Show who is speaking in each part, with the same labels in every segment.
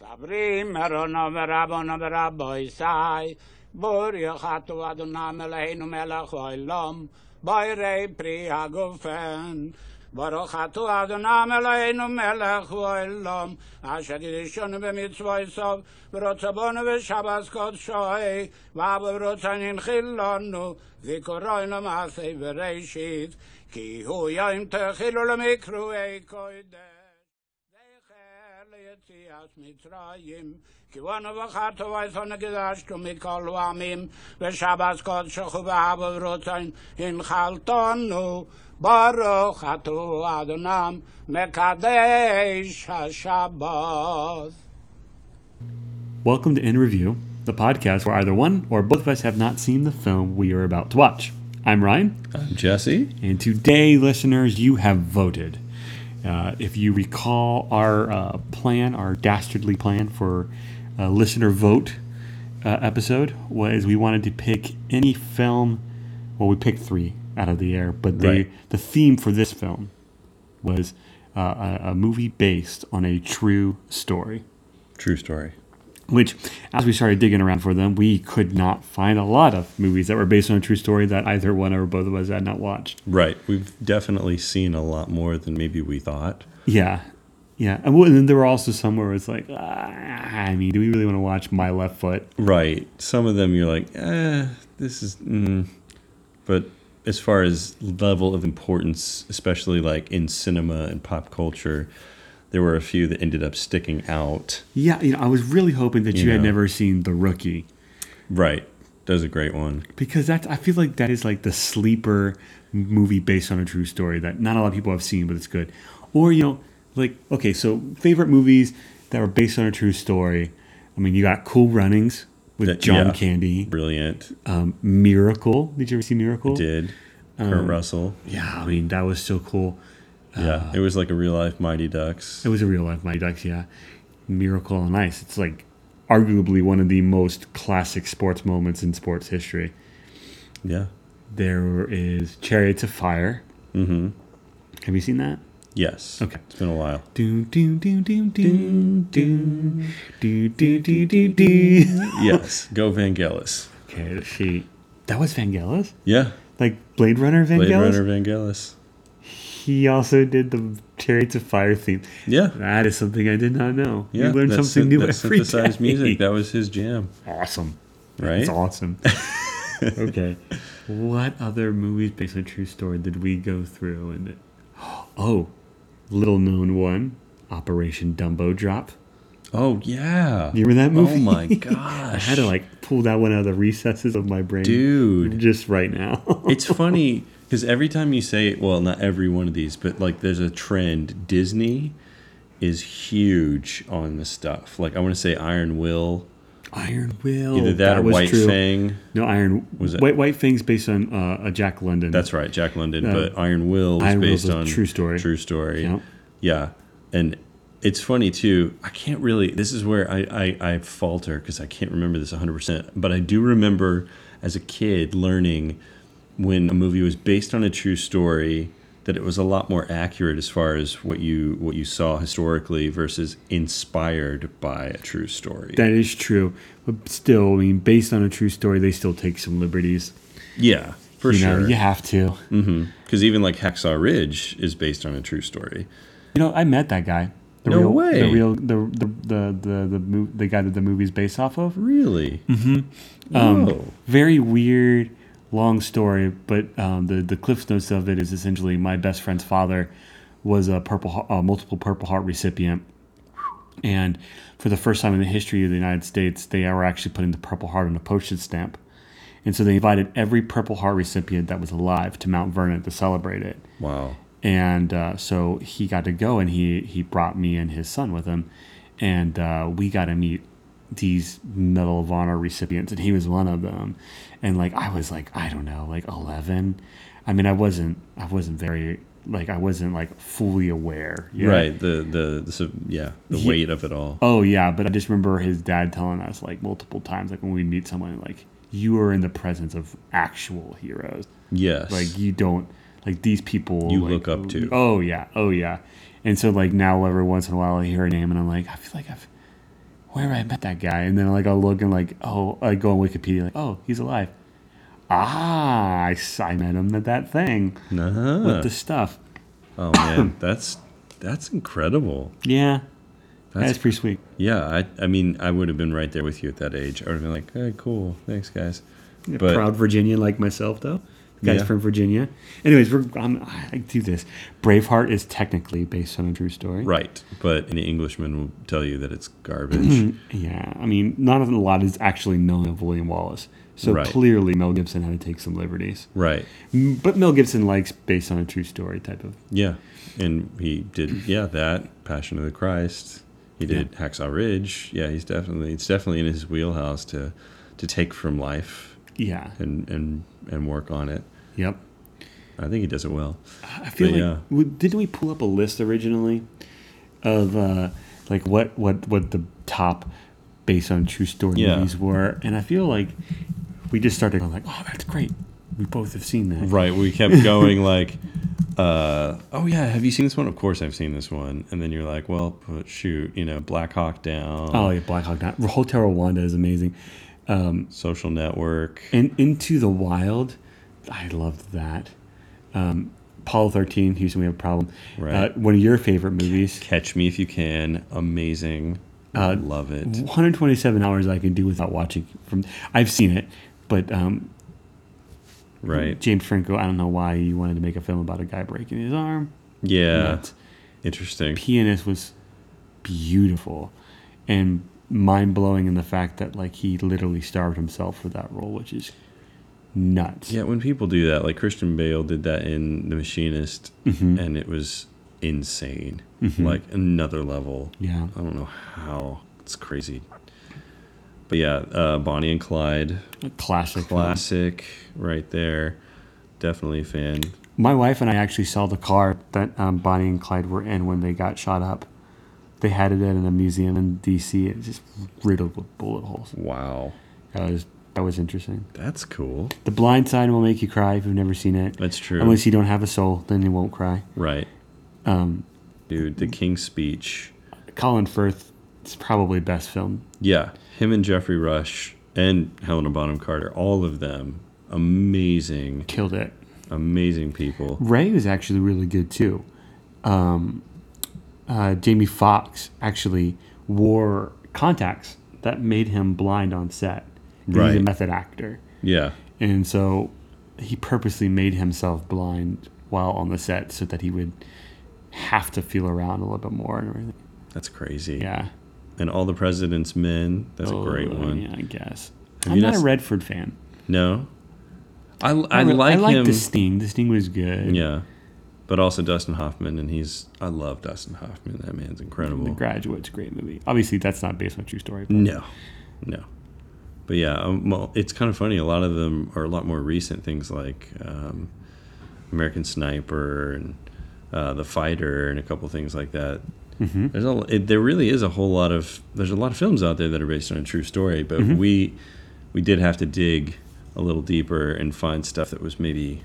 Speaker 1: Sabrim Harono Verabono Verabo Isai Bor Yochatu Adonam Eloheinu Melech Olam Boirei Pri Hagufen Baruch atu Adonam Eloheinu melech haolam asher yishonu b'mitzvoi sov v'rotzabonu v'shabbos kodshoi v'abo v'rotzanin chilonu v'koroinu masei v'reishit ki hu yoim techilu l'mikruei koidesh זכר ליציאת מצרים, כיוונו וחרטו ועשון הקדשתו מכל ועמים, ושבס קודשך ובאבו ורוצן הנחלתנו, ברוך אתו אדונם, מקדש השבס.
Speaker 2: Welcome to In Review, the podcast where either one or both of us have not seen the film we are about to watch. I'm Ryan,
Speaker 3: I'm Um, Jesse.
Speaker 2: and today, listeners, you have voted. Uh, if you recall our uh, plan, our dastardly plan for uh, listener vote uh, episode, was we wanted to pick any film. Well, we picked three out of the air, but the
Speaker 3: Right.
Speaker 2: the theme for this film was uh, a, a movie based on a true story
Speaker 3: True story.
Speaker 2: which as we started digging around for them we could not find a lot of movies that were based on a true story that either one or both of us had not watched
Speaker 3: Right. We've definitely seen a lot more than maybe we thought.
Speaker 2: yeah yeah and, well, and then there were also some where it's like ah, i mean do we really want to watch my left foot
Speaker 3: Right. Some of them you're like, eh, this is. Mm. But as far as level of importance, especially like in cinema and pop culture, there were a few that ended up sticking out.
Speaker 2: yeah you know i was really hoping that you had
Speaker 3: Yeah.
Speaker 2: never seen the rookie
Speaker 3: Right. That's a great one.
Speaker 2: because that's i feel like that is like the sleeper movie based on a true story that not a lot of people have seen but it's good or you know like okay so favorite movies that were based on a true story i mean you got cool runnings with
Speaker 3: That-
Speaker 2: john
Speaker 3: yeah.
Speaker 2: candy
Speaker 3: Brilliant.
Speaker 2: um, miracle did you ever see miracle
Speaker 3: Did. Kurt Russell.
Speaker 2: yeah i mean that was so cool
Speaker 3: Yeah. It was like a real life Mighty Ducks.
Speaker 2: it was a real life mighty ducks yeah miracle on ice it's like arguably one of the most classic sports moments in sports history
Speaker 3: Yeah.
Speaker 2: there is chariots of fire mm-hmm. have you seen that
Speaker 3: Yes.
Speaker 2: Okay.
Speaker 3: It's been a while.
Speaker 2: Do do do do do do do do do do do.
Speaker 3: yes. Go Vangelis.
Speaker 2: Okay, let's see. That was Vangelis,
Speaker 3: Yeah.
Speaker 2: like Blade Runner Vangelis.
Speaker 3: Blade Runner Vangelis.
Speaker 2: He also did the Chariots of Fire theme.
Speaker 3: Yeah.
Speaker 2: That is something I did not know.
Speaker 3: Yeah,
Speaker 2: you learn
Speaker 3: that
Speaker 2: something
Speaker 3: syn-
Speaker 2: new
Speaker 3: that
Speaker 2: every
Speaker 3: synthesized
Speaker 2: day.
Speaker 3: music. That was his jam,
Speaker 2: awesome.
Speaker 3: right?
Speaker 2: It's awesome. okay, what other movies based on true story did we go through? And oh, little known one, Operation Dumbo Drop.
Speaker 3: Oh yeah.
Speaker 2: You remember that movie?
Speaker 3: Oh my
Speaker 2: I
Speaker 3: gosh.
Speaker 2: had to like pull that one out of the recesses of my brain,
Speaker 3: dude.
Speaker 2: just right now.
Speaker 3: It's funny because every time you say it, well, not every one of these, but like there's a trend. Disney is huge on the stuff. Like I want to say Iron Will,
Speaker 2: Iron Will.
Speaker 3: either that, or
Speaker 2: Oh, was
Speaker 3: White
Speaker 2: true.
Speaker 3: Fang.
Speaker 2: No, Iron
Speaker 3: Was it-
Speaker 2: White White Fang's based on uh, a Jack London.
Speaker 3: That's right, Jack London.
Speaker 2: Uh,
Speaker 3: but Iron Will was
Speaker 2: Iron Will's
Speaker 3: based
Speaker 2: a
Speaker 3: on
Speaker 2: true story.
Speaker 3: True story.
Speaker 2: Yep.
Speaker 3: Yeah, and it's funny too. I can't really. This is where I I, I falter because I can't remember this 100. percent But I do remember as a kid learning when a movie was based on a true story that it was a lot more accurate as far as what you what you saw historically versus inspired by a true story.
Speaker 2: that is true. But still, I mean, based on a true story, they still take some liberties.
Speaker 3: yeah, for
Speaker 2: you
Speaker 3: sure. Mm.
Speaker 2: know, you have to.
Speaker 3: Because even like Hacksaw Ridge is based on a true story.
Speaker 2: You know, I met that guy. The
Speaker 3: No
Speaker 2: real,
Speaker 3: way.
Speaker 2: The real the the the the the, mo- the guy that the movie's based off of.
Speaker 3: Really? Mm-hmm.
Speaker 2: Um,
Speaker 3: Whoa.
Speaker 2: very weird long story but um, the the cliff notes of it is essentially my best friend's father was a purple Heart- a multiple purple heart recipient and for the first time in the history of the united states they were actually putting the purple heart on a postage stamp and so they invited every purple heart recipient that was alive to mount vernon to celebrate it
Speaker 3: Wow.
Speaker 2: and uh, so he got to go and he he brought me and his son with him and uh, we got to meet these medal of honor recipients and he was one of them and like i was like i don't know like 11 i mean i wasn't i wasn't very like i wasn't like fully aware yet.
Speaker 3: Right. The the, the so, yeah the
Speaker 2: Ye-
Speaker 3: weight of it all.
Speaker 2: oh yeah but i just remember his dad telling us like multiple times like when we meet someone like you are in the presence of actual heroes
Speaker 3: Yes.
Speaker 2: like you don't like these people
Speaker 3: You
Speaker 2: like,
Speaker 3: look up to.
Speaker 2: oh yeah oh yeah and so like now every once in a while i hear a name and i'm like i feel like i've where I met that guy, and then like I'll look and like, oh, I go on Wikipedia, like, oh, he's alive. Ah, I, s- I met him at that thing
Speaker 3: Nah.
Speaker 2: with the stuff.
Speaker 3: Oh man, that's that's incredible.
Speaker 2: Yeah,
Speaker 3: That's-
Speaker 2: that's pretty sweet.
Speaker 3: Yeah, I I mean I would have been right there with you at that age. I would have been like, hey, cool, thanks guys. But
Speaker 2: proud Virginian like myself, though. The guy's
Speaker 3: Yeah.
Speaker 2: from Virginia. Anyways, we're, I'm, I do this. Braveheart is technically based on a true story.
Speaker 3: right, but any Englishman will tell you that it's
Speaker 2: Mm-hmm.
Speaker 3: garbage.
Speaker 2: Yeah, I mean, not a lot is actually known of William Wallace. So
Speaker 3: Right.
Speaker 2: clearly, Mel Gibson had to take some liberties.
Speaker 3: right.
Speaker 2: M- But Mel Gibson likes based on a true story type of.
Speaker 3: Yeah, and he did. Yeah, that Passion of the Christ. He did Hacksaw Ridge. Yeah, he's definitely it's definitely in his wheelhouse to to take from life
Speaker 2: Yeah.
Speaker 3: and and and work on it.
Speaker 2: Yep.
Speaker 3: I think he does it well.
Speaker 2: I feel
Speaker 3: But,
Speaker 2: like
Speaker 3: yeah.
Speaker 2: w- didn't we pull up a list originally of uh, like what what what the top based on true story
Speaker 3: Yeah.
Speaker 2: movies were, and I feel like we just started going like, oh, that's great. We both have seen that.
Speaker 3: Right. We kept going like, uh, oh yeah, have you seen this one? Of course I've seen this one. And then you're like, well, but shoot, you know, Black Hawk Down,
Speaker 2: Oh yeah, Black Hawk Down. Hotel Rwanda is amazing,
Speaker 3: Social Network.
Speaker 2: and Into the Wild, I loved that. Um, Apollo thirteen, Houston, we have a problem.
Speaker 3: Right.
Speaker 2: Uh, one of your favorite movies.
Speaker 3: Catch Me If You Can, amazing. I love it.
Speaker 2: 127 hours I can do without watching. From I've seen it, but um,
Speaker 3: Right.
Speaker 2: James Franco, I don't know why you wanted to make a film about a guy breaking his arm.
Speaker 3: Yeah.
Speaker 2: But
Speaker 3: Interesting.
Speaker 2: Pianist was beautiful and mind blowing in the fact that like he literally starved himself for that role, which is nuts.
Speaker 3: Yeah, when people do that, like Christian Bale did that in The Machinist,
Speaker 2: Mm-hmm.
Speaker 3: and it was insane. Like another level.
Speaker 2: Yeah.
Speaker 3: I don't know how. It's crazy. But yeah, uh, Bonnie and Clyde,
Speaker 2: Classic.
Speaker 3: classic right there. Definitely a fan.
Speaker 2: My wife and I actually saw the car that um, Bonnie and Clyde were in when they got shot up. They had it at a museum in D.C. It's just riddled with bullet holes.
Speaker 3: Wow.
Speaker 2: That was that was interesting.
Speaker 3: That's cool.
Speaker 2: The Blind Side will make you cry if you've never seen it.
Speaker 3: That's true.
Speaker 2: Unless you don't have a soul, then you won't cry.
Speaker 3: Right. Um, Dude, The King's Speech.
Speaker 2: Colin Firth is probably best film.
Speaker 3: Yeah, him and Jeffrey Rush and Helena Bonham Carter, all of them amazing,
Speaker 2: Killed it.
Speaker 3: amazing people.
Speaker 2: Ray was actually really good too. Um, uh, Jamie Foxx actually wore contacts that made him blind on set. And He's a
Speaker 3: Right.
Speaker 2: method actor,
Speaker 3: Yeah.
Speaker 2: and so he purposely made himself blind while on the set so that he would have to feel around a little bit more and everything.
Speaker 3: That's crazy.
Speaker 2: Yeah.
Speaker 3: And All the President's Men. That's a great
Speaker 2: Oh,
Speaker 3: one.
Speaker 2: Yeah, I guess.
Speaker 3: you
Speaker 2: I'm not
Speaker 3: not
Speaker 2: a
Speaker 3: s-
Speaker 2: Redford fan.
Speaker 3: No? I, I,
Speaker 2: re-
Speaker 3: like,
Speaker 2: I like
Speaker 3: him.
Speaker 2: the Sting. The Sting was good.
Speaker 3: Yeah. But also Dustin Hoffman, and he's. I love Dustin Hoffman. That man's incredible.
Speaker 2: The Graduate's a great movie. Obviously, that's not based on a true story. but-
Speaker 3: No, no. But yeah, um, well, it's kind of funny. A lot of them are a lot more recent things like um, American Sniper and uh, The Fighter and a couple things like that. There's a, it, there really is a whole lot of there's a lot of films out there that are based on a true story, but we we did have to dig a little deeper and find stuff that was maybe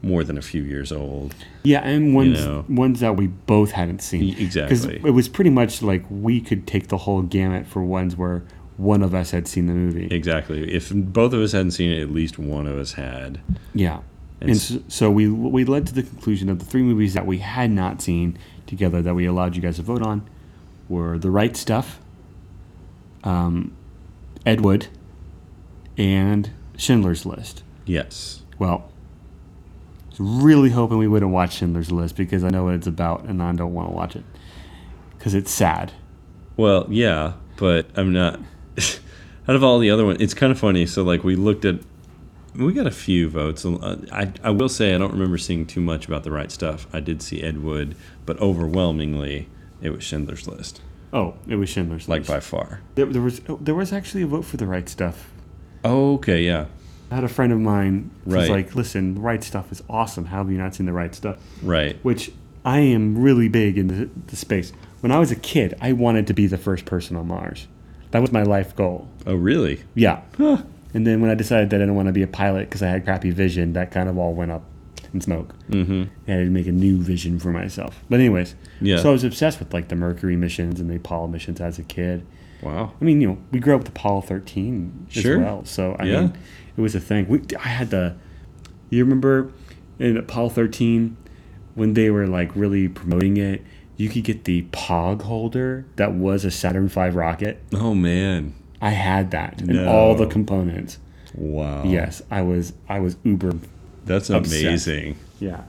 Speaker 3: more than a few years old.
Speaker 2: Yeah, and ones
Speaker 3: know.
Speaker 2: ones that we both hadn't seen.
Speaker 3: E- exactly.
Speaker 2: it was pretty much like we could take the whole gamut for ones where one of us had seen the movie.
Speaker 3: Exactly. If both of us hadn't seen it, at least one of us had.
Speaker 2: yeah. And,
Speaker 3: And
Speaker 2: so, so we we led to the conclusion of the three movies that we had not seen together that we allowed you guys to vote on were The Right Stuff, um, Ed Wood, and Schindler's List.
Speaker 3: Yes.
Speaker 2: Well, I was really hoping we wouldn't watch Schindler's List because I know what it's about and I don't want to watch it because it's sad.
Speaker 3: Well, yeah, but I'm not. out of all the other ones, it's kind of funny. So, like, we looked at. We got a few votes. Uh, I, I will say I don't remember seeing too much about the right stuff. I did see Ed Wood, but overwhelmingly, it was Schindler's List,
Speaker 2: Oh, it was Schindler's
Speaker 3: like
Speaker 2: List.
Speaker 3: by far.
Speaker 2: there, there was oh, there was actually a vote for the right stuff.
Speaker 3: Okay, yeah,
Speaker 2: I had a friend of mine who was
Speaker 3: Right.
Speaker 2: like, "Listen, the right stuff is awesome. How have you not seen the right stuff?"
Speaker 3: right.
Speaker 2: Which I am really big in the, the space. When I was a kid, I wanted to be the first person on Mars. That was my life goal.
Speaker 3: Oh, really?
Speaker 2: Yeah. And then when I decided that I didn't want to be a pilot because I had crappy vision, that kind of all went up and smoke. Mm-hmm. I had to make a new vision for myself. But anyways,
Speaker 3: Yeah.
Speaker 2: So I was obsessed with like the Mercury missions and the Apollo missions as a kid.
Speaker 3: Wow.
Speaker 2: I mean, you know, we grew up with Apollo 13
Speaker 3: Sure.
Speaker 2: as well. So, I
Speaker 3: Yeah.
Speaker 2: mean, it was a thing. We, I had the, you remember in Apollo 13 when they were like really promoting it, you could get the POG holder that was a Saturn V rocket.
Speaker 3: Oh man.
Speaker 2: I had that and all the
Speaker 3: No. Oh.
Speaker 2: components.
Speaker 3: Wow.
Speaker 2: Yes, I was I was uber.
Speaker 3: That's
Speaker 2: Obsessed.
Speaker 3: amazing,
Speaker 2: Yeah.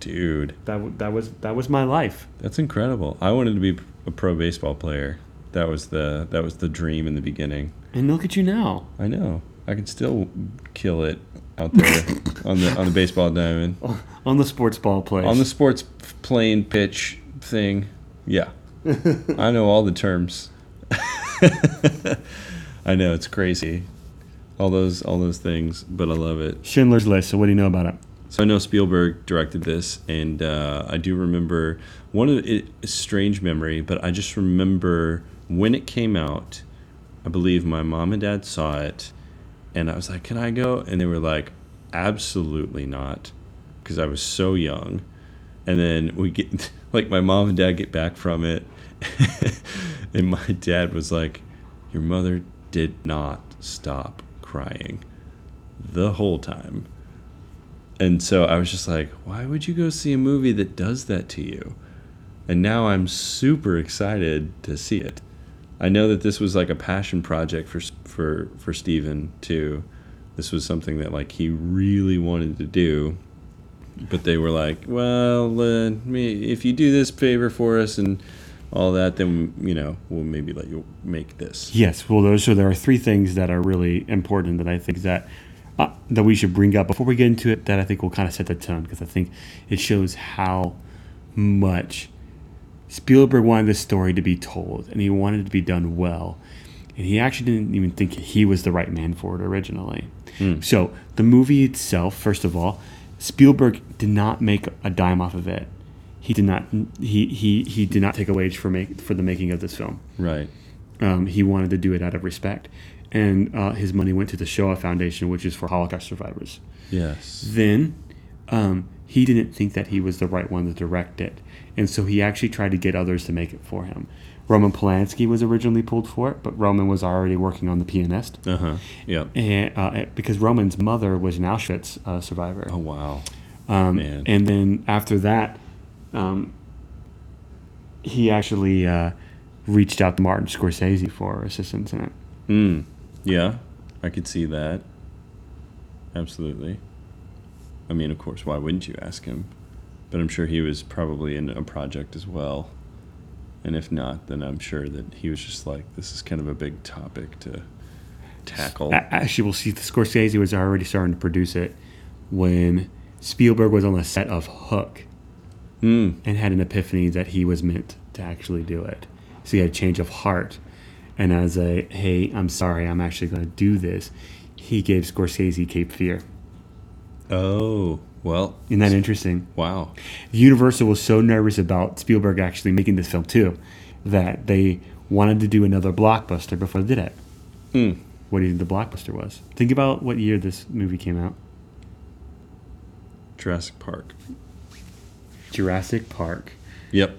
Speaker 3: dude.
Speaker 2: That w- that was that was my life.
Speaker 3: That's incredible. I wanted to be a pro baseball player. That was the that was the dream in the beginning.
Speaker 2: And look at you now.
Speaker 3: I know. I can still kill it out there on the on the baseball diamond.
Speaker 2: On the sports ball place.
Speaker 3: On the sports plane pitch thing. Yeah. I know all the terms. I know it's crazy. All those all those things, but I love it.
Speaker 2: Schindler's List. So what do you know about it?
Speaker 3: So I know Spielberg directed this, and uh, I do remember one of it, a strange memory, but I just remember when it came out. I believe my mom and dad saw it, and I was like, "Can I go?" And they were like, "Absolutely not," because I was so young. And then we get like my mom and dad get back from it, and my dad was like, "Your mother did not stop crying the whole time." And so I was just like, why would you go see a movie that does that to you? And now I'm super excited to see it. I know that this was like a passion project for for for Steven too. This was something that like he really wanted to do. But they were like, well, uh, me if you do this favor for us and all that, then you know we'll maybe let you make this.
Speaker 2: Yes, well, those so there are three things that are really important that I think that uh, that we should bring up before we get into it. That I think will kind of set the tone because I think it shows how much Spielberg wanted this story to be told, and he wanted it to be done well. And he actually didn't even think he was the right man for it originally. So the movie itself, first of all, Spielberg did not make a dime off of it. He did not. He he he did not take a wage for make for the making of this film.
Speaker 3: Right.
Speaker 2: Um, he wanted to do it out of respect. And uh, his money went to the Shoah Foundation, which is for Holocaust survivors.
Speaker 3: Yes.
Speaker 2: Then um, he didn't think that he was the right one to direct it. And so he actually tried to get others to make it for him. Roman Polanski was originally pulled for it, but Roman was already working on The Pianist.
Speaker 3: Uh huh. Yeah.
Speaker 2: And, uh, because Roman's mother was an Auschwitz uh, survivor.
Speaker 3: Oh wow.
Speaker 2: Um,
Speaker 3: Man.
Speaker 2: And then after that, um, he actually uh, reached out to Martin Scorsese for assistance in it.
Speaker 3: Mm. Yeah, I could see that. Absolutely. I mean, of course, why wouldn't you ask him? But I'm sure he was probably in a project as well. And if not, then I'm sure that he was just like, this is kind of a big topic to tackle.
Speaker 2: A- Actually, we'll see. The Scorsese was already starting to produce it when Spielberg was on the set of Hook
Speaker 3: Mm.
Speaker 2: and had an epiphany that he was meant to actually do it. So he had a change of heart, and as a hey, I'm sorry, I'm actually going to do this. He gave Scorsese Cape Fear.
Speaker 3: Oh, well,
Speaker 2: Isn't that interesting?
Speaker 3: wow.
Speaker 2: Universal was so nervous about Spielberg actually making this film too that they wanted to do another blockbuster before they did it.
Speaker 3: Mm.
Speaker 2: What do you think the blockbuster was? Think about what year this movie came out.
Speaker 3: Jurassic Park.
Speaker 2: Jurassic Park.
Speaker 3: Yep.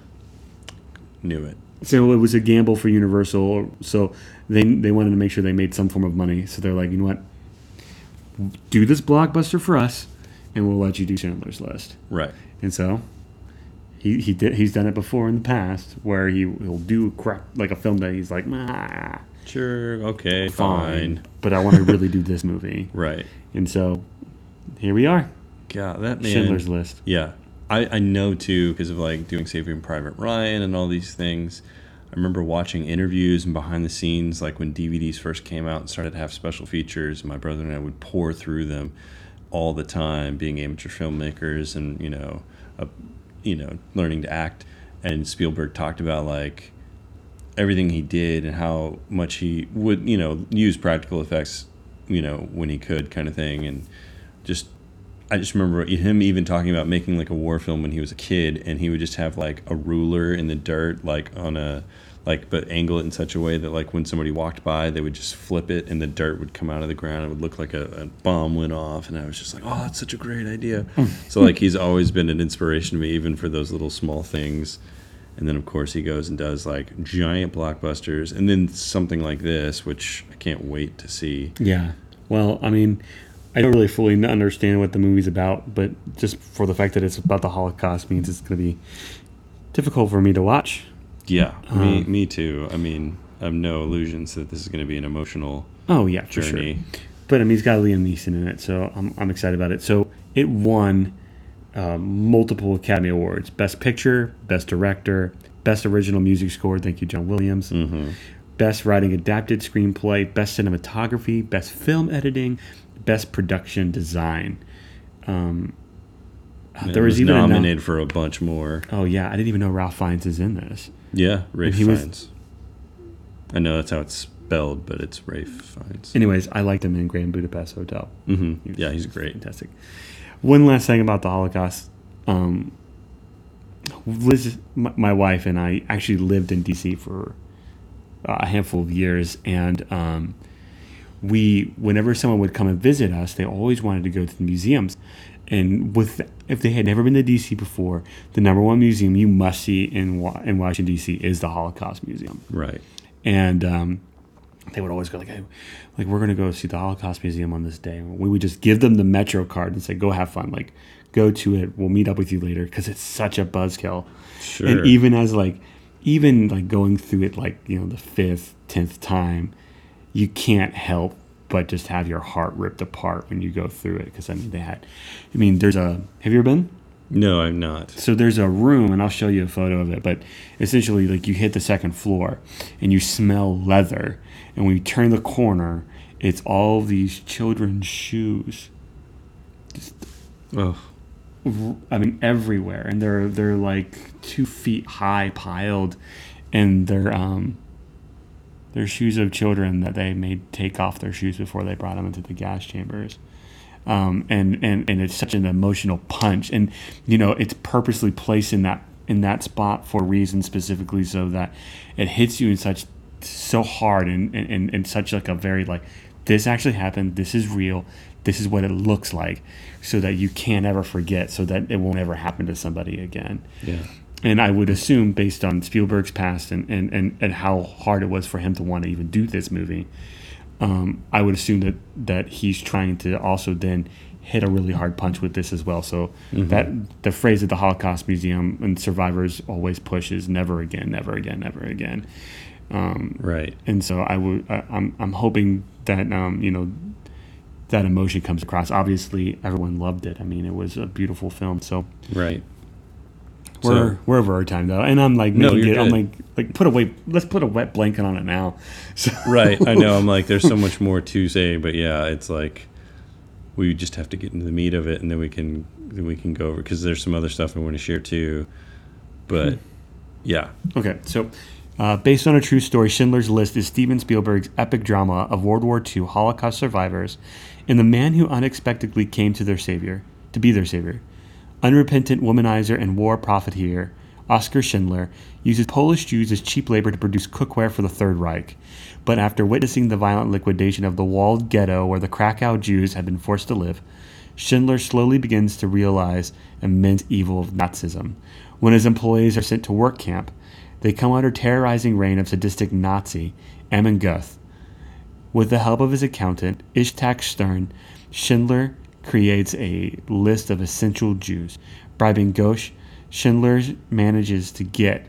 Speaker 3: Knew it.
Speaker 2: So it was a gamble for Universal. So they they wanted to make sure they made some form of money. So they're like, you know what? Do this blockbuster for us, and we'll let you do Chandler's List.
Speaker 3: Right.
Speaker 2: And so he he did he's done it before in the past where he will do crap like a film that he's like, ah,
Speaker 3: Sure. Okay.
Speaker 2: fine,
Speaker 3: fine.
Speaker 2: but I want to really do this movie.
Speaker 3: Right.
Speaker 2: And so here we are,
Speaker 3: God, that man.
Speaker 2: Schindler's List.
Speaker 3: Yeah, I, I know too because of like doing Saving Private Ryan and all these things. I remember watching interviews and behind the scenes, like when DVDs first came out and started to have special features. My brother and I would pour through them all the time, being amateur filmmakers and you know, uh, you know, learning to act. And Spielberg talked about like everything he did and how much he would you know use practical effects, you know, when he could, kind of thing, and just I just remember him even talking about making like a war film when he was a kid, and he would just have like a ruler in the dirt, like on a like but angle it in such a way that like when somebody walked by they would just flip it and the dirt would come out of the ground it would look like a, a bomb went off and i was just like oh that's such a great idea so like he's always been an inspiration to me even for those little small things and then of course he goes and does like giant blockbusters and then something like this which i can't wait to see
Speaker 2: Yeah. Well, I mean, I don't really fully n- understand what the movie's about, but just for the fact that it's about the Holocaust means it's going to be difficult for me to watch.
Speaker 3: yeah me,
Speaker 2: Um,
Speaker 3: me too i mean i have no illusions that this is going to be an emotional
Speaker 2: Oh yeah, for
Speaker 3: journey
Speaker 2: sure. But I mean, it's got Liam Neeson in it, so I'm I'm excited about it. So it won uh, multiple Academy Awards: Best Picture, Best Director, Best Original Music Score. Thank you, John Williams. Best Writing Adapted Screenplay, Best Cinematography, Best Film Editing, Best Production Design. Um, uh,
Speaker 3: It
Speaker 2: there was,
Speaker 3: was
Speaker 2: even a nom-
Speaker 3: nominated for a bunch more
Speaker 2: oh yeah, I didn't even know Ralph Fiennes is in this.
Speaker 3: Yeah, Rafe
Speaker 2: he was-
Speaker 3: Fiennes. I know that's how it's spelled, but it's Rafe Fiennes.
Speaker 2: Anyways, I liked him in Grand Budapest Hotel. Mm,
Speaker 3: hmm Yeah, he's great.
Speaker 2: Fantastic. One last thing about the Holocaust. Um, Liz, my, my wife and I actually lived in D.C. for uh, a handful of years, and um, we, whenever someone would come and visit us, they always wanted to go to the museums. And with if they had never been to D.C. before, the number one museum you must see in Wa- in Washington D.C. is the Holocaust Museum
Speaker 3: Right.
Speaker 2: and um, they would always go like, hey, like we're gonna go see the Holocaust Museum on this day. We would just give them the Metro card and say, go have fun, like go to it. We'll meet up with you later because it's such a buzzkill.
Speaker 3: Sure.
Speaker 2: And even as like, even like going through it like you know the fifth, tenth time, you can't help but just have your heart ripped apart when you go through it because I mean they had, I mean there's a have you ever been?
Speaker 3: no, I'm not.
Speaker 2: so there's a room and i'll show you a photo of it but essentially like you hit the second floor and you smell leather and when you turn the corner it's all these children's shoes
Speaker 3: Oh,
Speaker 2: i mean everywhere and they're they're like two feet high piled and they're um they're shoes of children that they made take off their shoes before they brought them into the gas chambers um, and, and and it's such an emotional punch and you know it's purposely placed in that in that spot for a reason specifically so that it hits you in such so hard and and, and, and such like a very like this actually happened this is real this is what it looks like so that you can't ever forget so that it won't ever happen to somebody again
Speaker 3: yeah.
Speaker 2: and I would assume, based on Spielberg's past and, and, and, and how hard it was for him to want to even do this movie, um, I would assume that, that he's trying to also then hit a really hard punch with this as well. So that the phrase that the Holocaust Museum and survivors always push is "never again, never again, never again."
Speaker 3: Right.
Speaker 2: And so I would, I, I'm, I'm hoping that um, you know that emotion comes across. Obviously, everyone loved it. I mean, it was a beautiful film. So
Speaker 3: Right.
Speaker 2: We're,
Speaker 3: So-
Speaker 2: we're over our time though, and I'm like,
Speaker 3: No,
Speaker 2: making
Speaker 3: you're
Speaker 2: it, I'm like,
Speaker 3: good.
Speaker 2: like put a wet, let's put a wet blanket on it now. So
Speaker 3: Right. I know. I'm like, there's so much more to say, but yeah, it's like we just have to get into the meat of it, and then we can then we can go over because there's some other stuff I want to share too. But
Speaker 2: Hmm.
Speaker 3: yeah,
Speaker 2: okay, so uh, based on a true story, Schindler's List is Steven Spielberg's epic drama of World War II Holocaust survivors and the man who unexpectedly came to their savior to be their savior. Unrepentant womanizer and war profiteer Oskar Schindler uses Polish Jews as cheap labor to produce cookware for the Third Reich. But after witnessing the violent liquidation of the walled ghetto where the Krakow Jews had been forced to live, Schindler slowly begins to realize immense evil of Nazism. When his employees are sent to work camp, they come under terrorizing reign of sadistic Nazi Amon Goth. With the help of his accountant, Ishtak Stern, Schindler creates a list of essential Jews. Bribing Gosh, Schindler manages to get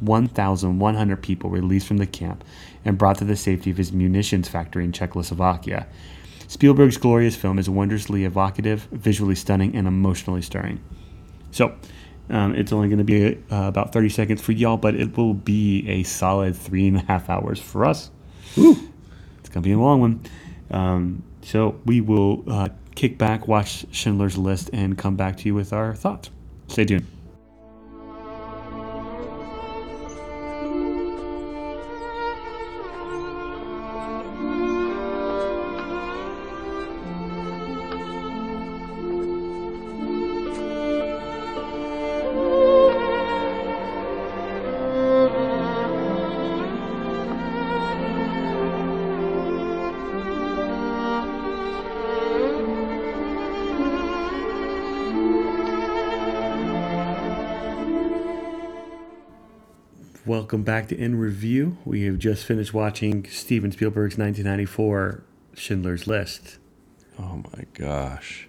Speaker 2: 1,100 people released from the camp and brought to the safety of his munitions factory in Czechoslovakia. Spielberg's glorious film is wondrously evocative, visually stunning, and emotionally stirring. So, um, it's only going to be uh, about 30 seconds for y'all, but it will be a solid three and a half hours for us. It's gonna be a long one. Um, so we will uh, kick back, watch Schindler's List, and come back to you with our thoughts. Stay tuned. Welcome back to In Review. We have just finished watching Steven Spielberg's 1994 Schindler's List.
Speaker 3: Oh my gosh.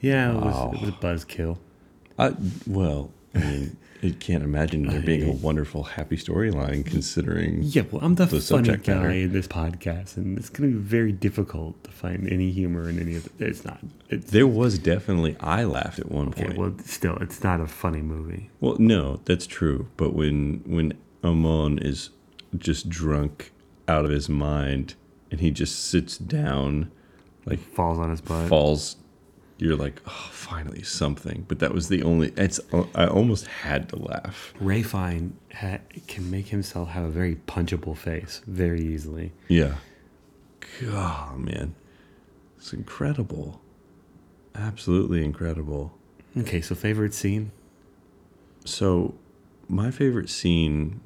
Speaker 2: Yeah, it was, it was a buzzkill.
Speaker 3: I, well, I mean, I can't imagine there being a wonderful, happy storyline considering.
Speaker 2: Yeah, well, I'm the,
Speaker 3: The
Speaker 2: funny
Speaker 3: subject
Speaker 2: guy
Speaker 3: matter.
Speaker 2: in this podcast, and it's going to be very difficult to find any humor in any of it. It's not. It's,
Speaker 3: There was definitely, I laughed at one
Speaker 2: okay,
Speaker 3: point.
Speaker 2: well, still, it's not a funny movie.
Speaker 3: Well, no, that's true. But when when Amon is just drunk out of his mind and he just sits down, like
Speaker 2: Falls on his butt.
Speaker 3: falls, you're like, oh, finally something. But that was the only. It's I almost had to laugh.
Speaker 2: Ray Fine ha- can make himself have a very punchable face very easily.
Speaker 3: Yeah. God, man, it's incredible. Absolutely incredible.
Speaker 2: Okay, so favorite scene?
Speaker 3: So, my favorite scene,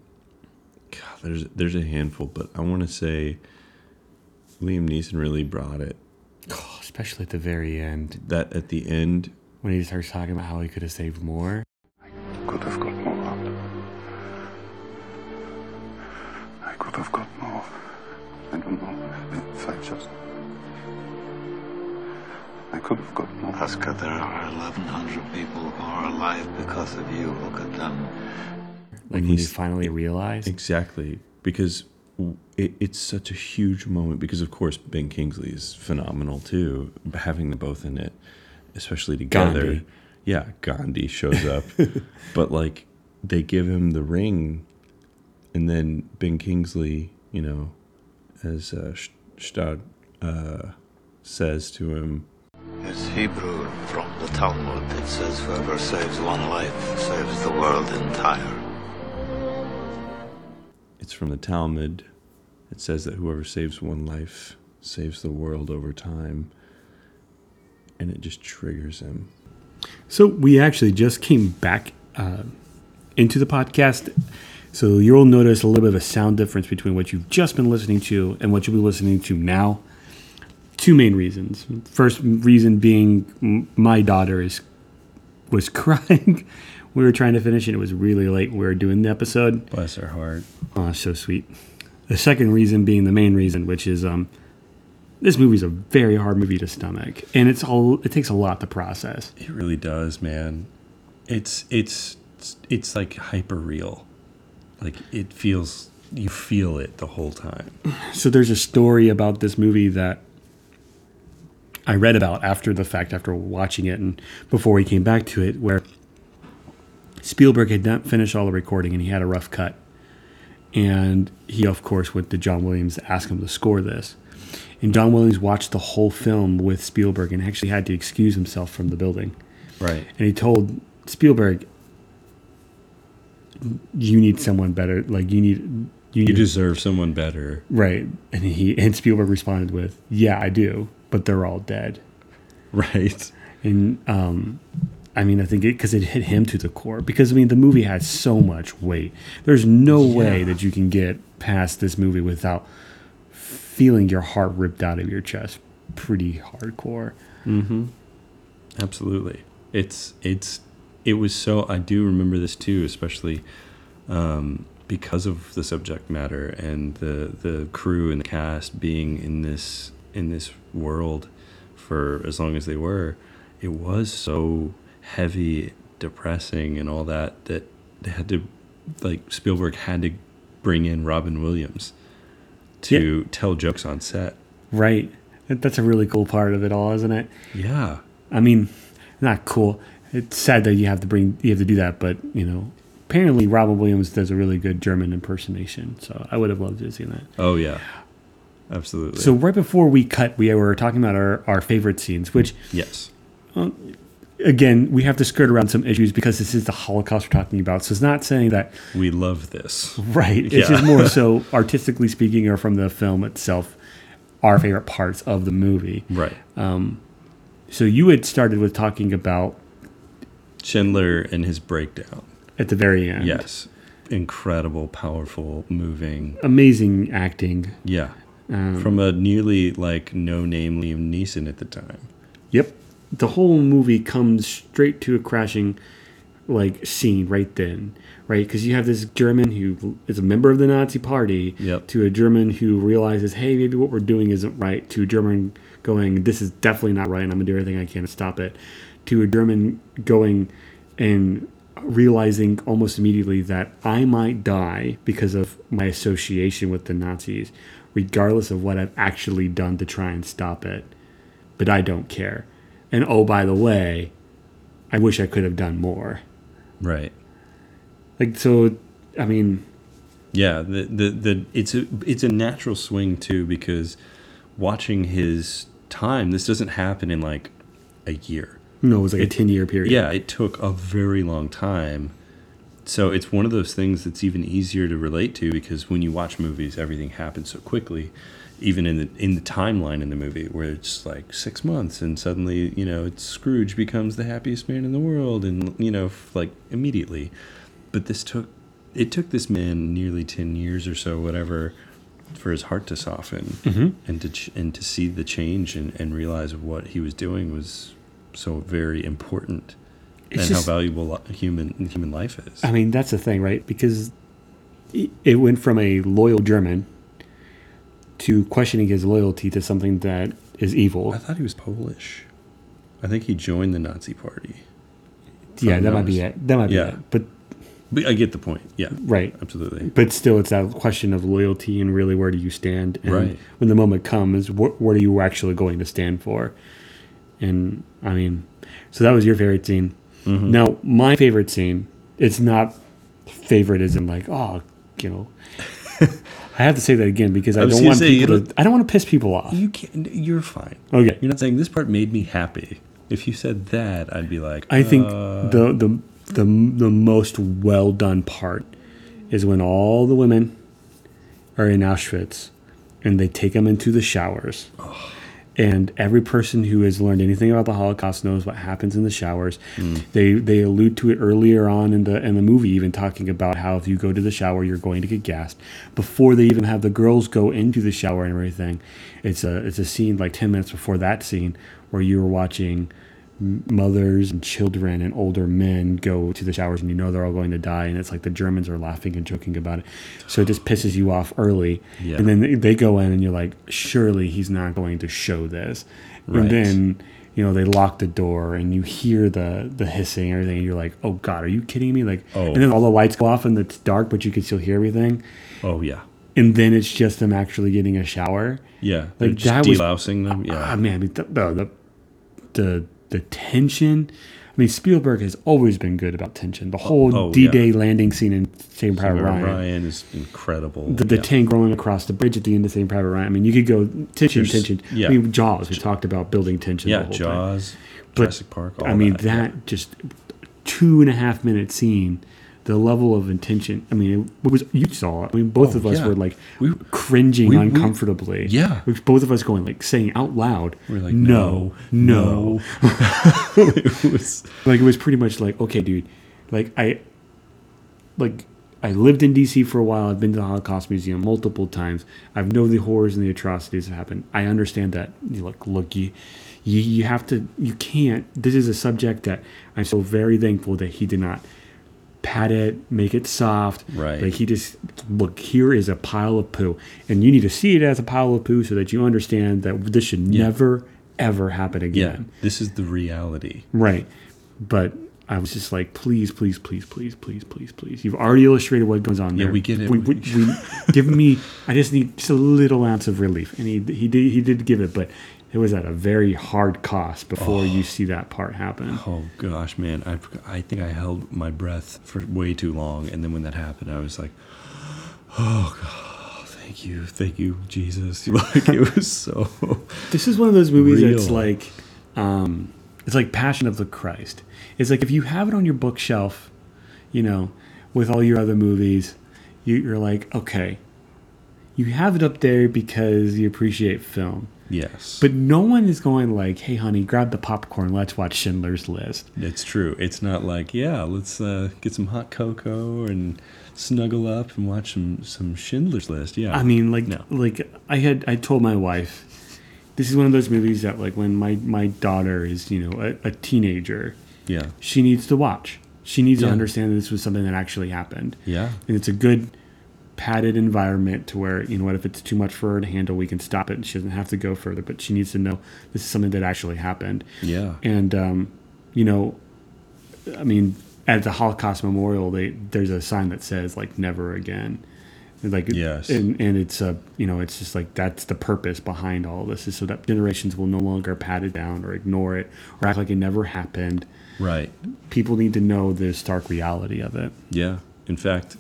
Speaker 3: God, there's there's a handful, but I want to say Liam Neeson really brought it.
Speaker 2: Oh, especially at the very end
Speaker 3: That at the end,
Speaker 2: when he starts talking about how he could have saved more.
Speaker 4: could have got more. I could have got more. I don't know if I just. I could have got more.
Speaker 5: Oscar, there are 1,100 people who are alive because of you. Look at them.
Speaker 2: Like when, he
Speaker 3: he's-
Speaker 2: finally realized.
Speaker 3: exactly, because w- it, it's such a huge moment. Because of course, Ben Kingsley is phenomenal too. Having them both in it, especially together.
Speaker 2: Gandhi.
Speaker 3: Yeah, Gandhi shows up, but like they give him the ring, and then Ben Kingsley, you know, as uh, Sh- Stad uh, says to him,
Speaker 5: It's Hebrew from the Talmud. It says, Whoever saves one life saves the world entire.
Speaker 3: it's from the Talmud. It says that whoever saves one life saves the world over time. And it just triggers him.
Speaker 2: So we actually just came back uh, into the podcast. So you'll notice a little bit of a sound difference between what you've just been listening to and what you'll be listening to now. Two main reasons. First reason being m- my daughter is was crying. we were trying to finish it. It was really late. when We were doing the episode.
Speaker 3: Bless her heart.
Speaker 2: Oh, so sweet. The second reason being the main reason, which is um, this movie's a very hard movie to stomach, and it's all it takes a lot to process.
Speaker 3: It really does, man. It's it's it's like hyper real. Like it feels you feel it the whole time.
Speaker 2: So there's a story about this movie that I read about after the fact, after watching it, and before we came back to it, where Spielberg had not finished all the recording and he had a rough cut, and he of course went to John Williams to ask him to score this, and John Williams watched the whole film with Spielberg and actually had to excuse himself from the building.
Speaker 3: Right.
Speaker 2: and he told Spielberg, "You need someone better. Like you need you need
Speaker 3: You deserve someone better.
Speaker 2: right." And he and Spielberg responded with, "Yeah, I do, but they're all dead."
Speaker 3: Right.
Speaker 2: And um, I mean, I think because it, hit him to the core. Because I mean, the movie had so much weight. There's no way that you can get past this movie without feeling your heart ripped out of your chest, pretty hardcore.
Speaker 3: Absolutely. It's it's it was so I do remember this too, especially um, because of the subject matter and the the crew and the cast being in this in this world for as long as they were. It was so heavy, depressing, and all that that they had to like Spielberg had to bring in Robin Williams to tell jokes on set.
Speaker 2: Right. That- That's a really cool part of it all, isn't it?
Speaker 3: Yeah.
Speaker 2: I mean, not cool. It's sad that you have to bring you have to do that, but you know, apparently Robin Williams does a really good German impersonation. So I would have loved to see that.
Speaker 3: Oh yeah. Absolutely.
Speaker 2: So right before we cut, we were talking about our, our favorite scenes, which
Speaker 3: yes.
Speaker 2: again we have to skirt around some issues because this is the Holocaust we're talking about. So it's not saying that
Speaker 3: We love this.
Speaker 2: right. It's
Speaker 3: Yeah.
Speaker 2: just more so artistically speaking, or from the film itself, our favorite parts of the movie.
Speaker 3: Right.
Speaker 2: So you had started with talking about
Speaker 3: Schindler and his breakdown.
Speaker 2: at the very end.
Speaker 3: Yes. Incredible, powerful, moving.
Speaker 2: Amazing acting.
Speaker 3: Yeah. From a nearly like no name Liam Neeson at the time.
Speaker 2: Yep. The whole movie comes straight to a crashing like scene right then
Speaker 6: right? Because you have this German who is a member of the Nazi Party
Speaker 3: Yep.
Speaker 6: to a German who realizes, hey, maybe what we're doing isn't right, to a German going, this is definitely not right, and I'm going to do everything I can to stop it, to a German going and realizing almost immediately that I might die because of my association with the Nazis, regardless of what I've actually done to try and stop it. But I don't care. And oh, by the way, I wish I could have done more.
Speaker 3: Right.
Speaker 6: Like so, I mean,
Speaker 3: Yeah, the, the the it's a it's a natural swing too because watching his time, this doesn't happen in like a year.
Speaker 6: no, it was like a ten year period.
Speaker 3: Yeah, it took a very long time. So it's one of those things that's even easier to relate to because when you watch movies, everything happens so quickly, even in the in the timeline in the movie where it's like six months and suddenly you know it's Scrooge becomes the happiest man in the world and you know f- like immediately, but this took it took this man nearly ten years or so whatever for his heart to soften
Speaker 6: Mm-hmm.
Speaker 3: and to ch- and to see the change and, and realize what he was doing was so very important
Speaker 6: It's
Speaker 3: and
Speaker 6: just- Uh-huh.
Speaker 3: how valuable li- human human life is.
Speaker 6: I mean that's the thing, right? Because it- it went from a loyal German to questioning his loyalty to something that is evil.
Speaker 3: I thought he was Polish. I think he joined the Nazi party.
Speaker 6: Yeah, that
Speaker 3: knows?
Speaker 6: might be it. That might be
Speaker 3: Yeah.
Speaker 6: it. But
Speaker 3: But I get the point. Yeah,
Speaker 6: right,
Speaker 3: absolutely.
Speaker 6: but still, it's that question of loyalty and really where do you stand? And
Speaker 3: Right.
Speaker 6: When the moment comes, wh- what are you actually going to stand for? And I mean, so that was your favorite scene. Now, my favorite scene, it's not favorite as in like, oh, you know. I have to say that again because I,
Speaker 3: was
Speaker 6: don't
Speaker 3: gonna
Speaker 6: want
Speaker 3: say, you
Speaker 6: people
Speaker 3: don't-
Speaker 6: to, I don't want to piss people off.
Speaker 3: You can't. You're fine.
Speaker 6: Okay.
Speaker 3: You're not saying this part made me happy. If you said that, I'd be like,
Speaker 6: I think
Speaker 3: uh,
Speaker 6: the, the the the most well done part is when all the women are in Auschwitz and they take them into the showers. And every person who has learned anything about the Holocaust knows what happens in the showers. They they allude to it earlier on in the in the movie, even talking about how if you go to the shower, you're going to get gassed. Before they even have the girls go into the shower and everything, it's a it's a scene like ten minutes before that scene where you were watching mothers and children and older men go to the showers and you know they're all going to die and it's like the Germans are laughing and joking about it. So it just pisses you off early.
Speaker 3: Yeah.
Speaker 6: And then they- they go in and you're like, surely he's not going to show this.
Speaker 3: Right.
Speaker 6: And then you know they lock the door and you hear the the hissing and everything and you're like, oh god, are you kidding me? Like,
Speaker 3: Oh.
Speaker 6: and then all the lights go off and it's dark but you can still hear everything.
Speaker 3: oh yeah,
Speaker 6: And then it's just them actually getting a shower.
Speaker 3: yeah. They're
Speaker 6: Like,
Speaker 3: just
Speaker 6: that was-
Speaker 3: delousing them. Yeah,
Speaker 6: Ah, man, I mean, the, the, the- the the tension. I mean, Spielberg has always been good about tension. The whole
Speaker 3: Oh, yeah.
Speaker 6: D-Day landing scene in Saving Private
Speaker 3: Ryan.
Speaker 6: Ryan,
Speaker 3: is incredible.
Speaker 6: the, the
Speaker 3: yeah.
Speaker 6: tank rolling across the bridge at the end of Saving Private Ryan. I mean, you could go tension,
Speaker 3: There's-
Speaker 6: tension.
Speaker 3: yeah.
Speaker 6: I mean, Jaws. We talked about building tension.
Speaker 3: yeah,
Speaker 6: the whole time.
Speaker 3: Jaws,
Speaker 6: But,
Speaker 3: Jurassic Park. All
Speaker 6: I mean,
Speaker 3: that.
Speaker 6: that, just two and a half minute scene. The level of intention. I mean, it was you saw it. I mean, both
Speaker 3: Oh,
Speaker 6: of us
Speaker 3: yeah.
Speaker 6: were like
Speaker 3: We-
Speaker 6: cringing
Speaker 3: we- we-
Speaker 6: uncomfortably.
Speaker 3: Yeah.
Speaker 6: We- both of us going like saying out loud.
Speaker 3: We're like,
Speaker 6: no, no.
Speaker 3: it was
Speaker 6: like it was pretty much like okay dude like i like i lived in dc for a while i've been to the holocaust museum multiple times i've known the horrors and the atrocities that happened i understand that you look look you you, you have to you can't this is a subject that i'm so very thankful that he did not pat it make it soft
Speaker 3: Right.
Speaker 6: like he just look here is a pile of poo and you need to see it as a pile of poo so that you understand that this should never ever happen
Speaker 3: yeah.
Speaker 6: again
Speaker 3: This is the reality.
Speaker 6: Right. But I was just like, please, please, please, please, please, please, please. You've already illustrated what goes on
Speaker 3: Yeah,
Speaker 6: there.
Speaker 3: we get it.
Speaker 6: We, we, we- give me. I just need just a little ounce of relief, and he he did he did give it, but it was at a very hard cost before you see that part happen.
Speaker 3: Oh gosh, man, I forg- I think I held my breath for way too long, and then when that happened, I was like, oh god, thank you, thank you, Jesus. Like it was so.
Speaker 6: This is one of those movies that's
Speaker 3: Real.
Speaker 6: like, um, it's like Passion of the Christ. It's like if you have it on your bookshelf, you know, with all your other movies, you, you're like, okay, you have it up there because you appreciate film.
Speaker 3: Yes,
Speaker 6: But no one is going like, "Hey, honey, grab the popcorn. Let's watch Schindler's List."
Speaker 3: it's true. It's not like yeah, let's uh, get some hot cocoa and snuggle up and watch some some Schindler's List. Yeah,
Speaker 6: I mean, like,
Speaker 3: No.
Speaker 6: like I had, I told my wife, this is one of those movies that, like, when my my daughter is, you know, a, a teenager,
Speaker 3: yeah,
Speaker 6: she needs to watch. She needs
Speaker 3: Yeah.
Speaker 6: to understand that this was something that actually happened.
Speaker 3: Yeah.
Speaker 6: And it's a good padded environment to where, you know what, if it's too much for her to handle, we can stop it and she doesn't have to go further, but she needs to know this is something that actually happened.
Speaker 3: Yeah.
Speaker 6: And, um, you know, I mean, at the Holocaust Memorial, they there's a sign that says, like, never again. Like,
Speaker 3: Yes.
Speaker 6: And, and it's, a, you know, it's just like that's the purpose behind all this is so that generations will no longer pat it down or ignore it or act like it never happened
Speaker 3: Right.
Speaker 6: people need to know the stark reality of it.
Speaker 3: Yeah. In fact,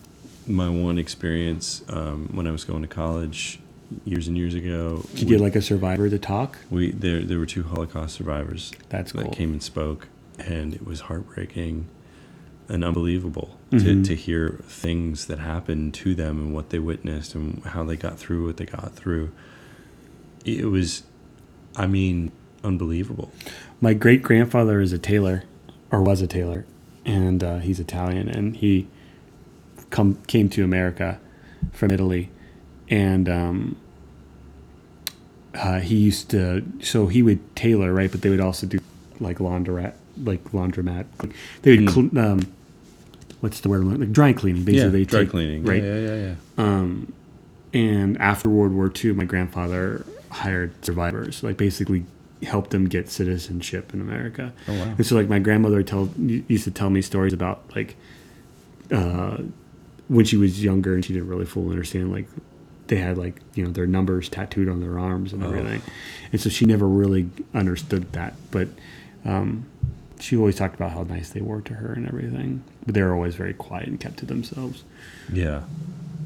Speaker 3: my one experience um, when I was going to college years and years ago,
Speaker 6: To get like a survivor to talk.
Speaker 3: we there there were two Holocaust survivors
Speaker 6: That's
Speaker 3: that
Speaker 6: cool.
Speaker 3: came and spoke, and it was heartbreaking and unbelievable to,
Speaker 6: Mm-hmm.
Speaker 3: to hear things that happened to them and what they witnessed and how they got through what they got through. It was, I mean, unbelievable.
Speaker 6: My great grandfather is a tailor, or was a tailor, and uh, he's Italian, and he come came to America from Italy, and um, uh, he used to. So he would tailor, right? But they would also do like laundrette, like laundromat. They would
Speaker 3: Hmm.
Speaker 6: cl- um, what's the word? I'm looking- Like dry cleaning, basically. they
Speaker 3: dry
Speaker 6: take-
Speaker 3: cleaning.
Speaker 6: right?
Speaker 3: Yeah, yeah, yeah. yeah.
Speaker 6: and after World War II, my grandfather hired survivors, like basically helped them get citizenship in America. Oh
Speaker 3: wow.
Speaker 6: And so, like my grandmother tell used to tell me stories about like uh, when she was younger and she didn't really fully understand like they had like you know their numbers tattooed on their arms and everything, and so she never really understood that, but. Um, she always talked about how nice they were to her and everything, but they were always very quiet and kept to themselves.
Speaker 3: Yeah.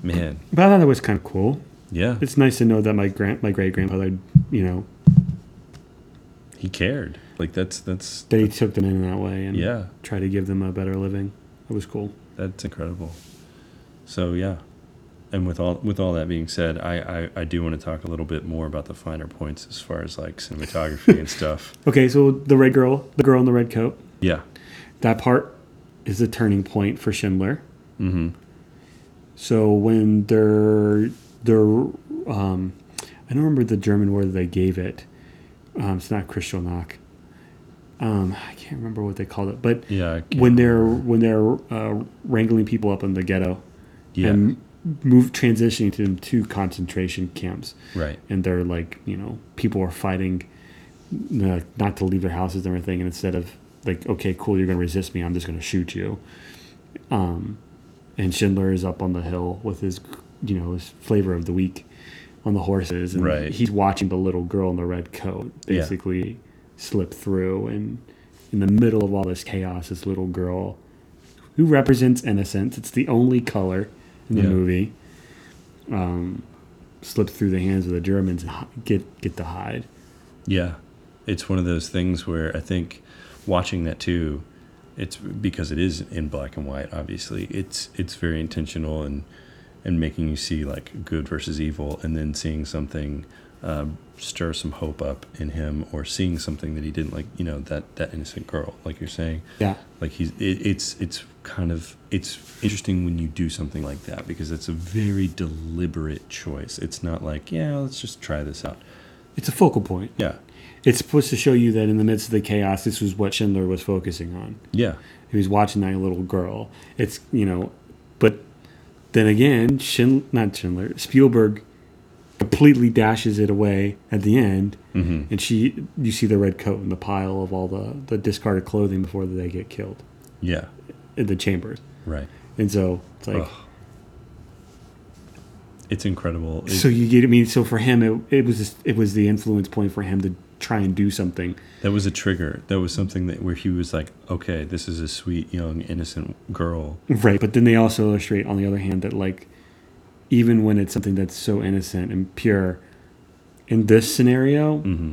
Speaker 3: Man.
Speaker 6: But I thought that was kind of cool
Speaker 3: Yeah.
Speaker 6: it's nice to know that my grand my great grandfather, you know,
Speaker 3: He cared. Like that's that's
Speaker 6: that he took them in that way and
Speaker 3: Yeah.
Speaker 6: tried to give them a better living. It was cool.
Speaker 3: that's incredible. So yeah. And with all with all that being said, I, I, I do want to talk a little bit more about the finer points as far as like cinematography and stuff.
Speaker 6: Okay, so the red girl, the girl in the red coat,
Speaker 3: Yeah.
Speaker 6: that part is the turning point for Schindler. Mm-hmm. So when they're they're, um, I don't remember the German word they gave it. Um, it's not Kristallnacht. Um, I can't remember what they called it, but
Speaker 3: Yeah. I can't-
Speaker 6: when they're when they're uh, wrangling people up in the ghetto,
Speaker 3: yeah.
Speaker 6: and move transitioning to them to concentration camps
Speaker 3: right.
Speaker 6: and they're like you know people are fighting uh, not to leave their houses and everything and instead of like okay cool you're going to resist me i'm just going to shoot you um and schindler is up on the hill with his you know his flavor of the week on the horses and
Speaker 3: Right.
Speaker 6: he's watching the little girl in the red coat
Speaker 3: Yeah.
Speaker 6: basically slip through and in the middle of all this chaos this little girl who represents innocence. It's the only color in the
Speaker 3: Yeah.
Speaker 6: movie. Um, slip through the hands of the Germans and hi- get get to hide.
Speaker 3: Yeah. It's one of those things where I think watching that too, it's because it is in black and white, obviously, it's it's very intentional and and making you see like good versus evil and then seeing something uh, stir some hope up in him or seeing something that he didn't like, you know, that that innocent girl, like you're saying.
Speaker 6: Yeah,
Speaker 3: Like he's it, it's it's kind of it's interesting when you do something like that because it's a very deliberate choice. It's not like, yeah, let's just try this out.
Speaker 6: it's a focal point.
Speaker 3: Yeah.
Speaker 6: It's supposed to show you that in the midst of the chaos, this was what Schindler was focusing on.
Speaker 3: Yeah.
Speaker 6: He was watching that little girl. It's you know, but then again, Schindler, not Schindler, Spielberg completely dashes it away at the end, and she you see the red coat and the pile of all the the discarded clothing before they get killed.
Speaker 3: Yeah.
Speaker 6: in the chambers.
Speaker 3: Right.
Speaker 6: And so it's like,
Speaker 3: Ugh. It's incredible. It-
Speaker 6: so you get, I mean, so for him, it, it was just, it was the influence point for him to try and do something.
Speaker 3: that was a trigger. That was something that where he was like, okay, this is a sweet, young, innocent girl.
Speaker 6: Right. But then they also illustrate, on the other hand, that like, even when it's something that's so innocent and pure, in this scenario,
Speaker 3: Mm-hmm.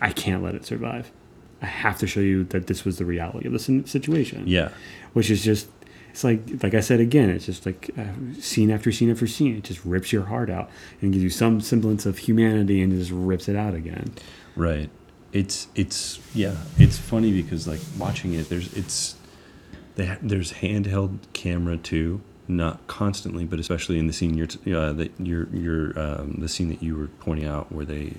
Speaker 6: I can't let it survive. I have to show you that this was the reality of the sin- situation.
Speaker 3: Yeah.
Speaker 6: Which is just, it's like, like I said again, it's just like uh, scene after scene after scene. It just rips your heart out and gives you some semblance of humanity and just rips it out again.
Speaker 3: Right. It's it's yeah. It's funny because like watching it, there's it's they ha- there's handheld camera too, not constantly, but especially in the scene you're t- uh, that you're you're um, the scene that you were pointing out where they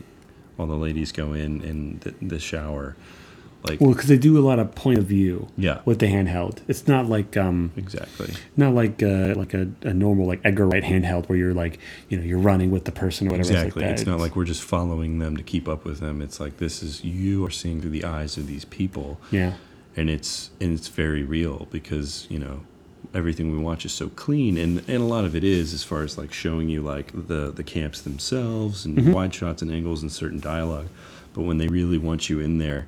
Speaker 3: all the ladies go in and the, the shower. Like
Speaker 6: Well, because they do a lot of point of view.
Speaker 3: Yeah.
Speaker 6: With the handheld, it's not like um,
Speaker 3: exactly.
Speaker 6: not like uh, like a, a normal like Edgar Wright handheld where you're like you know you're running with the person or whatever.
Speaker 3: Exactly.
Speaker 6: It's, like that.
Speaker 3: It's not like we're just following them to keep up with them. It's like this is you are seeing through the eyes of these people.
Speaker 6: yeah,
Speaker 3: and it's and it's very real because you know everything we watch is so clean and and a lot of it is as far as like showing you like the the camps themselves
Speaker 6: Mm-hmm.
Speaker 3: and wide shots and angles and certain dialogue but when they really want you in there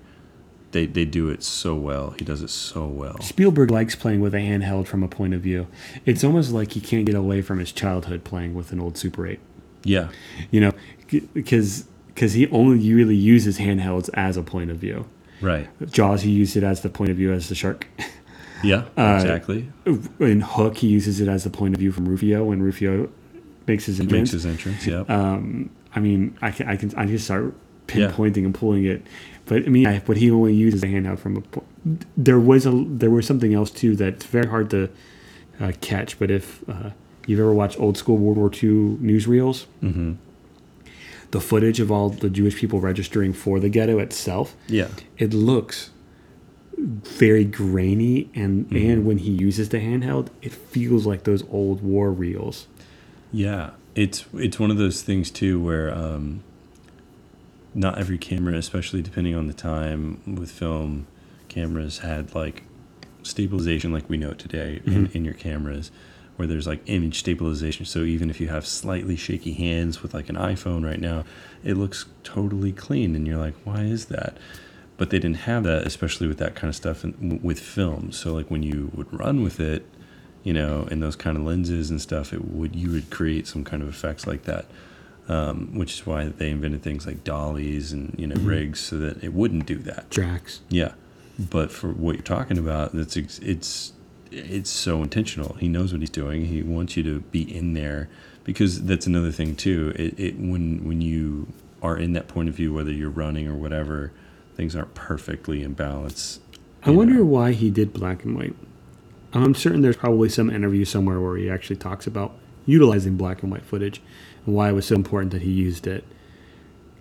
Speaker 3: they they do it so well he does it so well
Speaker 6: Spielberg likes playing with a handheld from a point of view. It's almost like he can't get away from his childhood playing with an old Super Eight.
Speaker 3: yeah
Speaker 6: You know, because because he only really uses handhelds as a point of view.
Speaker 3: right
Speaker 6: Jaws, he used it as the point of view as the shark.
Speaker 3: yeah
Speaker 6: Uh,
Speaker 3: exactly
Speaker 6: In Hook, he uses it as the point of view from Rufio when Rufio makes his
Speaker 3: makes
Speaker 6: entrance.
Speaker 3: his entrance yeah
Speaker 6: Uh, I mean, I can I can I can start pinpointing and pulling it, but I mean, I, but he only uses a handout from a. po- There was a there was something else too that's very hard to uh, catch. But if uh, you've ever watched old school World War II newsreels, mm-hmm. the footage of all the Jewish people registering for the ghetto itself,
Speaker 3: yeah
Speaker 6: it looks very grainy, and and when he uses the handheld, it feels like those old war reels.
Speaker 3: Yeah, it's it's one of those things too where um, not every camera, especially depending on the time with film, cameras had like stabilization like we know it today in, in your cameras where there's like image stabilization so even if you have slightly shaky hands with like an iphone right now it looks totally clean and you're like why is that but they didn't have that especially with that kind of stuff in, w- with film so like when you would run with it you know in those kind of lenses and stuff it would you would create some kind of effects like that um, which is why they invented things like dollies and you know rigs so that it wouldn't do that
Speaker 6: Drax.
Speaker 3: yeah, but for what you're talking about, that's ex- it's it's so intentional. He knows what he's doing. He wants you to be in there because that's another thing too. It, it when when you are in that point of view, whether you're running or whatever, things aren't perfectly in balance.
Speaker 6: I
Speaker 3: you
Speaker 6: wonder
Speaker 3: know.
Speaker 6: why he did black and white. I'm certain there's probably some interview somewhere where he actually talks about utilizing black and white footage and why it was so important that he used it.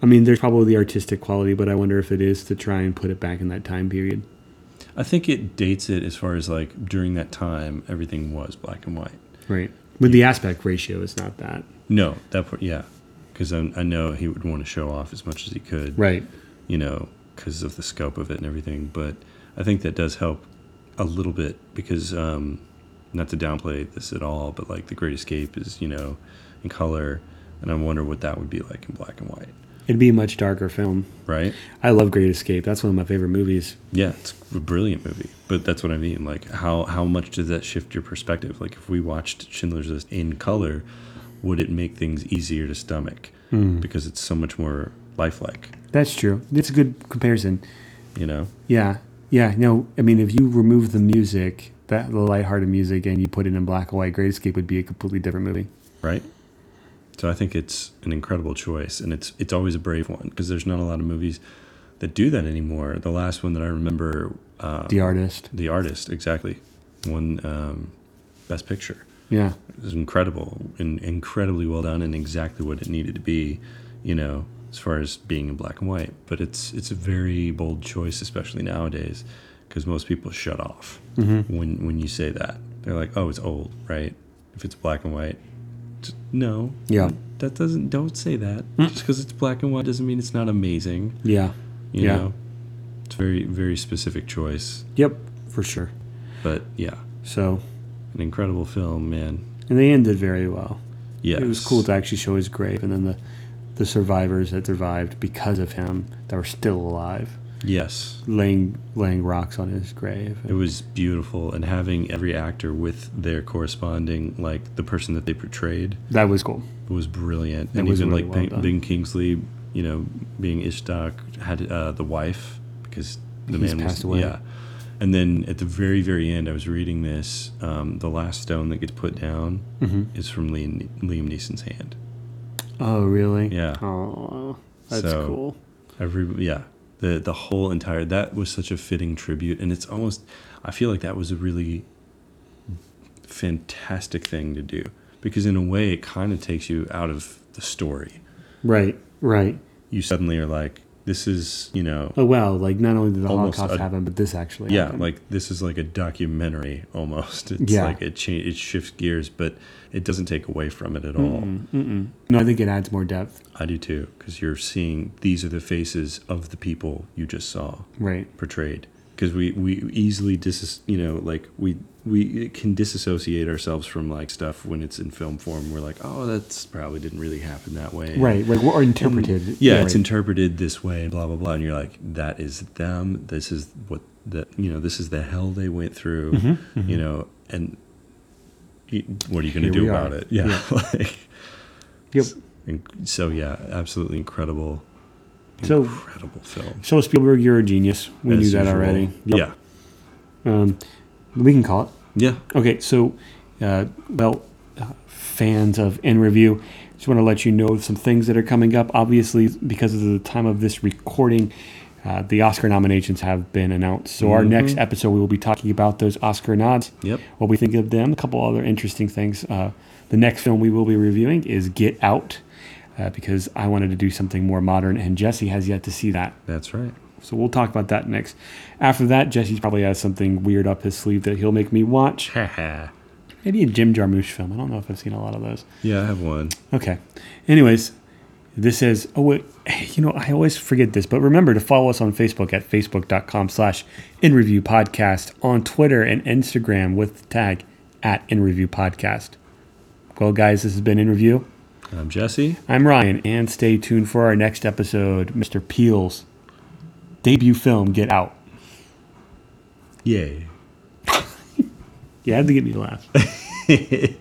Speaker 6: I mean, there's probably the artistic quality, but I wonder if it is to try and put it back in that time period.
Speaker 3: I think it dates it as far as like during that time, everything was black and white.
Speaker 6: Right. But the aspect ratio is not that.
Speaker 3: No, that part, yeah, because I, I know he would want to show off as much as he could.
Speaker 6: Right.
Speaker 3: you know, because of the scope of it and everything. But I think that does help a little bit because, um, not to downplay this at all, but like The Great Escape is, you know, in color. And I wonder what that would be like in black and white,
Speaker 6: It'd be a much darker film.
Speaker 3: right?
Speaker 6: I love Great Escape. That's one of my favorite movies.
Speaker 3: Yeah, it's a brilliant movie. But that's what I mean. Like, how, how much does that shift your perspective? Like, if we watched Schindler's List in color, would it make things easier to stomach? Because it's so much more lifelike,
Speaker 6: That's true. It's a good comparison.
Speaker 3: you know?
Speaker 6: Yeah, yeah. No, I mean, if you remove the music, that the lighthearted music, and you put it in black and white, Great Escape would be a completely different movie.
Speaker 3: right? So I think it's an incredible choice, and it's it's always a brave one because there's not a lot of movies that do that anymore. The last one that I remember, uh,
Speaker 6: The artist.
Speaker 3: the artist exactly, won um, best picture.
Speaker 6: Yeah,
Speaker 3: It was incredible and incredibly well done, and exactly what it needed to be, you know, as far as being in black and white. But it's it's a very bold choice, especially nowadays, because most people shut off
Speaker 6: Mm-hmm.
Speaker 3: when when you say that. They're like, oh, it's old, right? If it's black and white, It's- no,
Speaker 6: Yeah. Hmm.
Speaker 3: that doesn't. Don't say that. Just because it's black and white doesn't mean it's not amazing.
Speaker 6: yeah,
Speaker 3: You
Speaker 6: Yeah.
Speaker 3: know, it's a very very specific choice,
Speaker 6: yep, for sure.
Speaker 3: but yeah,
Speaker 6: So,
Speaker 3: an incredible film, man.
Speaker 6: and they ended very well.
Speaker 3: Yeah,
Speaker 6: It was cool to actually show his grave, and then the the survivors that survived because of him that were still alive,
Speaker 3: yes.
Speaker 6: laying laying rocks on his grave.
Speaker 3: It was beautiful, and having every actor with their corresponding, like the person that they portrayed,
Speaker 6: That was cool.
Speaker 3: was brilliant. and
Speaker 6: was
Speaker 3: even
Speaker 6: really
Speaker 3: like
Speaker 6: well
Speaker 3: Ben-
Speaker 6: done.
Speaker 3: Ben Kingsley, you know, being Ishtak, had uh, the wife because the
Speaker 6: He's
Speaker 3: man was
Speaker 6: passed away.
Speaker 3: yeah. And then at the very very end, I was reading this. Um, the last stone that gets put down
Speaker 6: Mm-hmm.
Speaker 3: is from Liam, Liam Neeson's hand.
Speaker 6: Oh, really?
Speaker 3: Yeah.
Speaker 6: Oh, that's
Speaker 3: So-
Speaker 6: cool.
Speaker 3: Every yeah, the the whole entire that was such a fitting tribute, and it's almost I feel like that was a really fantastic thing to do because in a way it kind of takes you out of the story.
Speaker 6: Right, right.
Speaker 3: You suddenly are like, This is, you know,
Speaker 6: Oh wow! Like not only did the
Speaker 3: Almost
Speaker 6: Holocaust
Speaker 3: a-
Speaker 6: happen, but this actually
Speaker 3: yeah,
Speaker 6: happened.
Speaker 3: like this is like a documentary almost. It's
Speaker 6: Yeah.
Speaker 3: like it cha- it shifts gears, but it doesn't take away from it at all.
Speaker 6: no, I think it adds more depth.
Speaker 3: I do too, because you're seeing these are the faces of the people you just saw
Speaker 6: Right.
Speaker 3: portrayed. Because we we easily dis you know like we we can disassociate ourselves from like stuff when it's in film form. We're like, oh, that's probably didn't really happen that way.
Speaker 6: Right. Like or interpreted.
Speaker 3: yeah, it's
Speaker 6: right.
Speaker 3: interpreted this way and blah blah blah and you're like that is them this is what the you know this is the hell they went through you know and y- what are you going to
Speaker 6: Mm-hmm,
Speaker 3: do
Speaker 6: Here we
Speaker 3: about
Speaker 6: are.
Speaker 3: it yeah, like
Speaker 6: Yep.
Speaker 3: and so yeah absolutely incredible
Speaker 6: So
Speaker 3: incredible film
Speaker 6: so Spielberg, you're a genius. We knew
Speaker 3: As
Speaker 6: that
Speaker 3: usual.
Speaker 6: already. Yep.
Speaker 3: yeah
Speaker 6: We can call it.
Speaker 3: yeah
Speaker 6: Okay, so, uh, well, uh, fans of In Review, just want to let you know of some things that are coming up. Obviously, because of the time of this recording, uh, the Oscar nominations have been announced. So,
Speaker 3: Mm-hmm.
Speaker 6: our next episode, we will be talking about those Oscar nods.
Speaker 3: Yep.
Speaker 6: What we think of them, a couple other interesting things. Uh, the next film we will be reviewing is Get Out, uh, because I wanted to do something more modern, and Jesse has yet to see that.
Speaker 3: that's right
Speaker 6: So we'll talk about that next. After that, Jesse probably has something weird up his sleeve that he'll make me watch.
Speaker 3: yeah
Speaker 6: Maybe a Jim Jarmusch film. I don't know if I've seen a lot of those.
Speaker 3: i have one
Speaker 6: Okay. Anyways, this is oh wait, you know I always forget this, but remember to follow us on Facebook at facebook.com slash in review podcast on Twitter and Instagram with the tag at in review podcast. Well, guys, this has been in review.
Speaker 3: i'm jesse
Speaker 6: I'm Ryan, and stay tuned for our next episode, Mr. Peel's debut film, Get Out.
Speaker 3: yay
Speaker 6: You had to get me to laugh.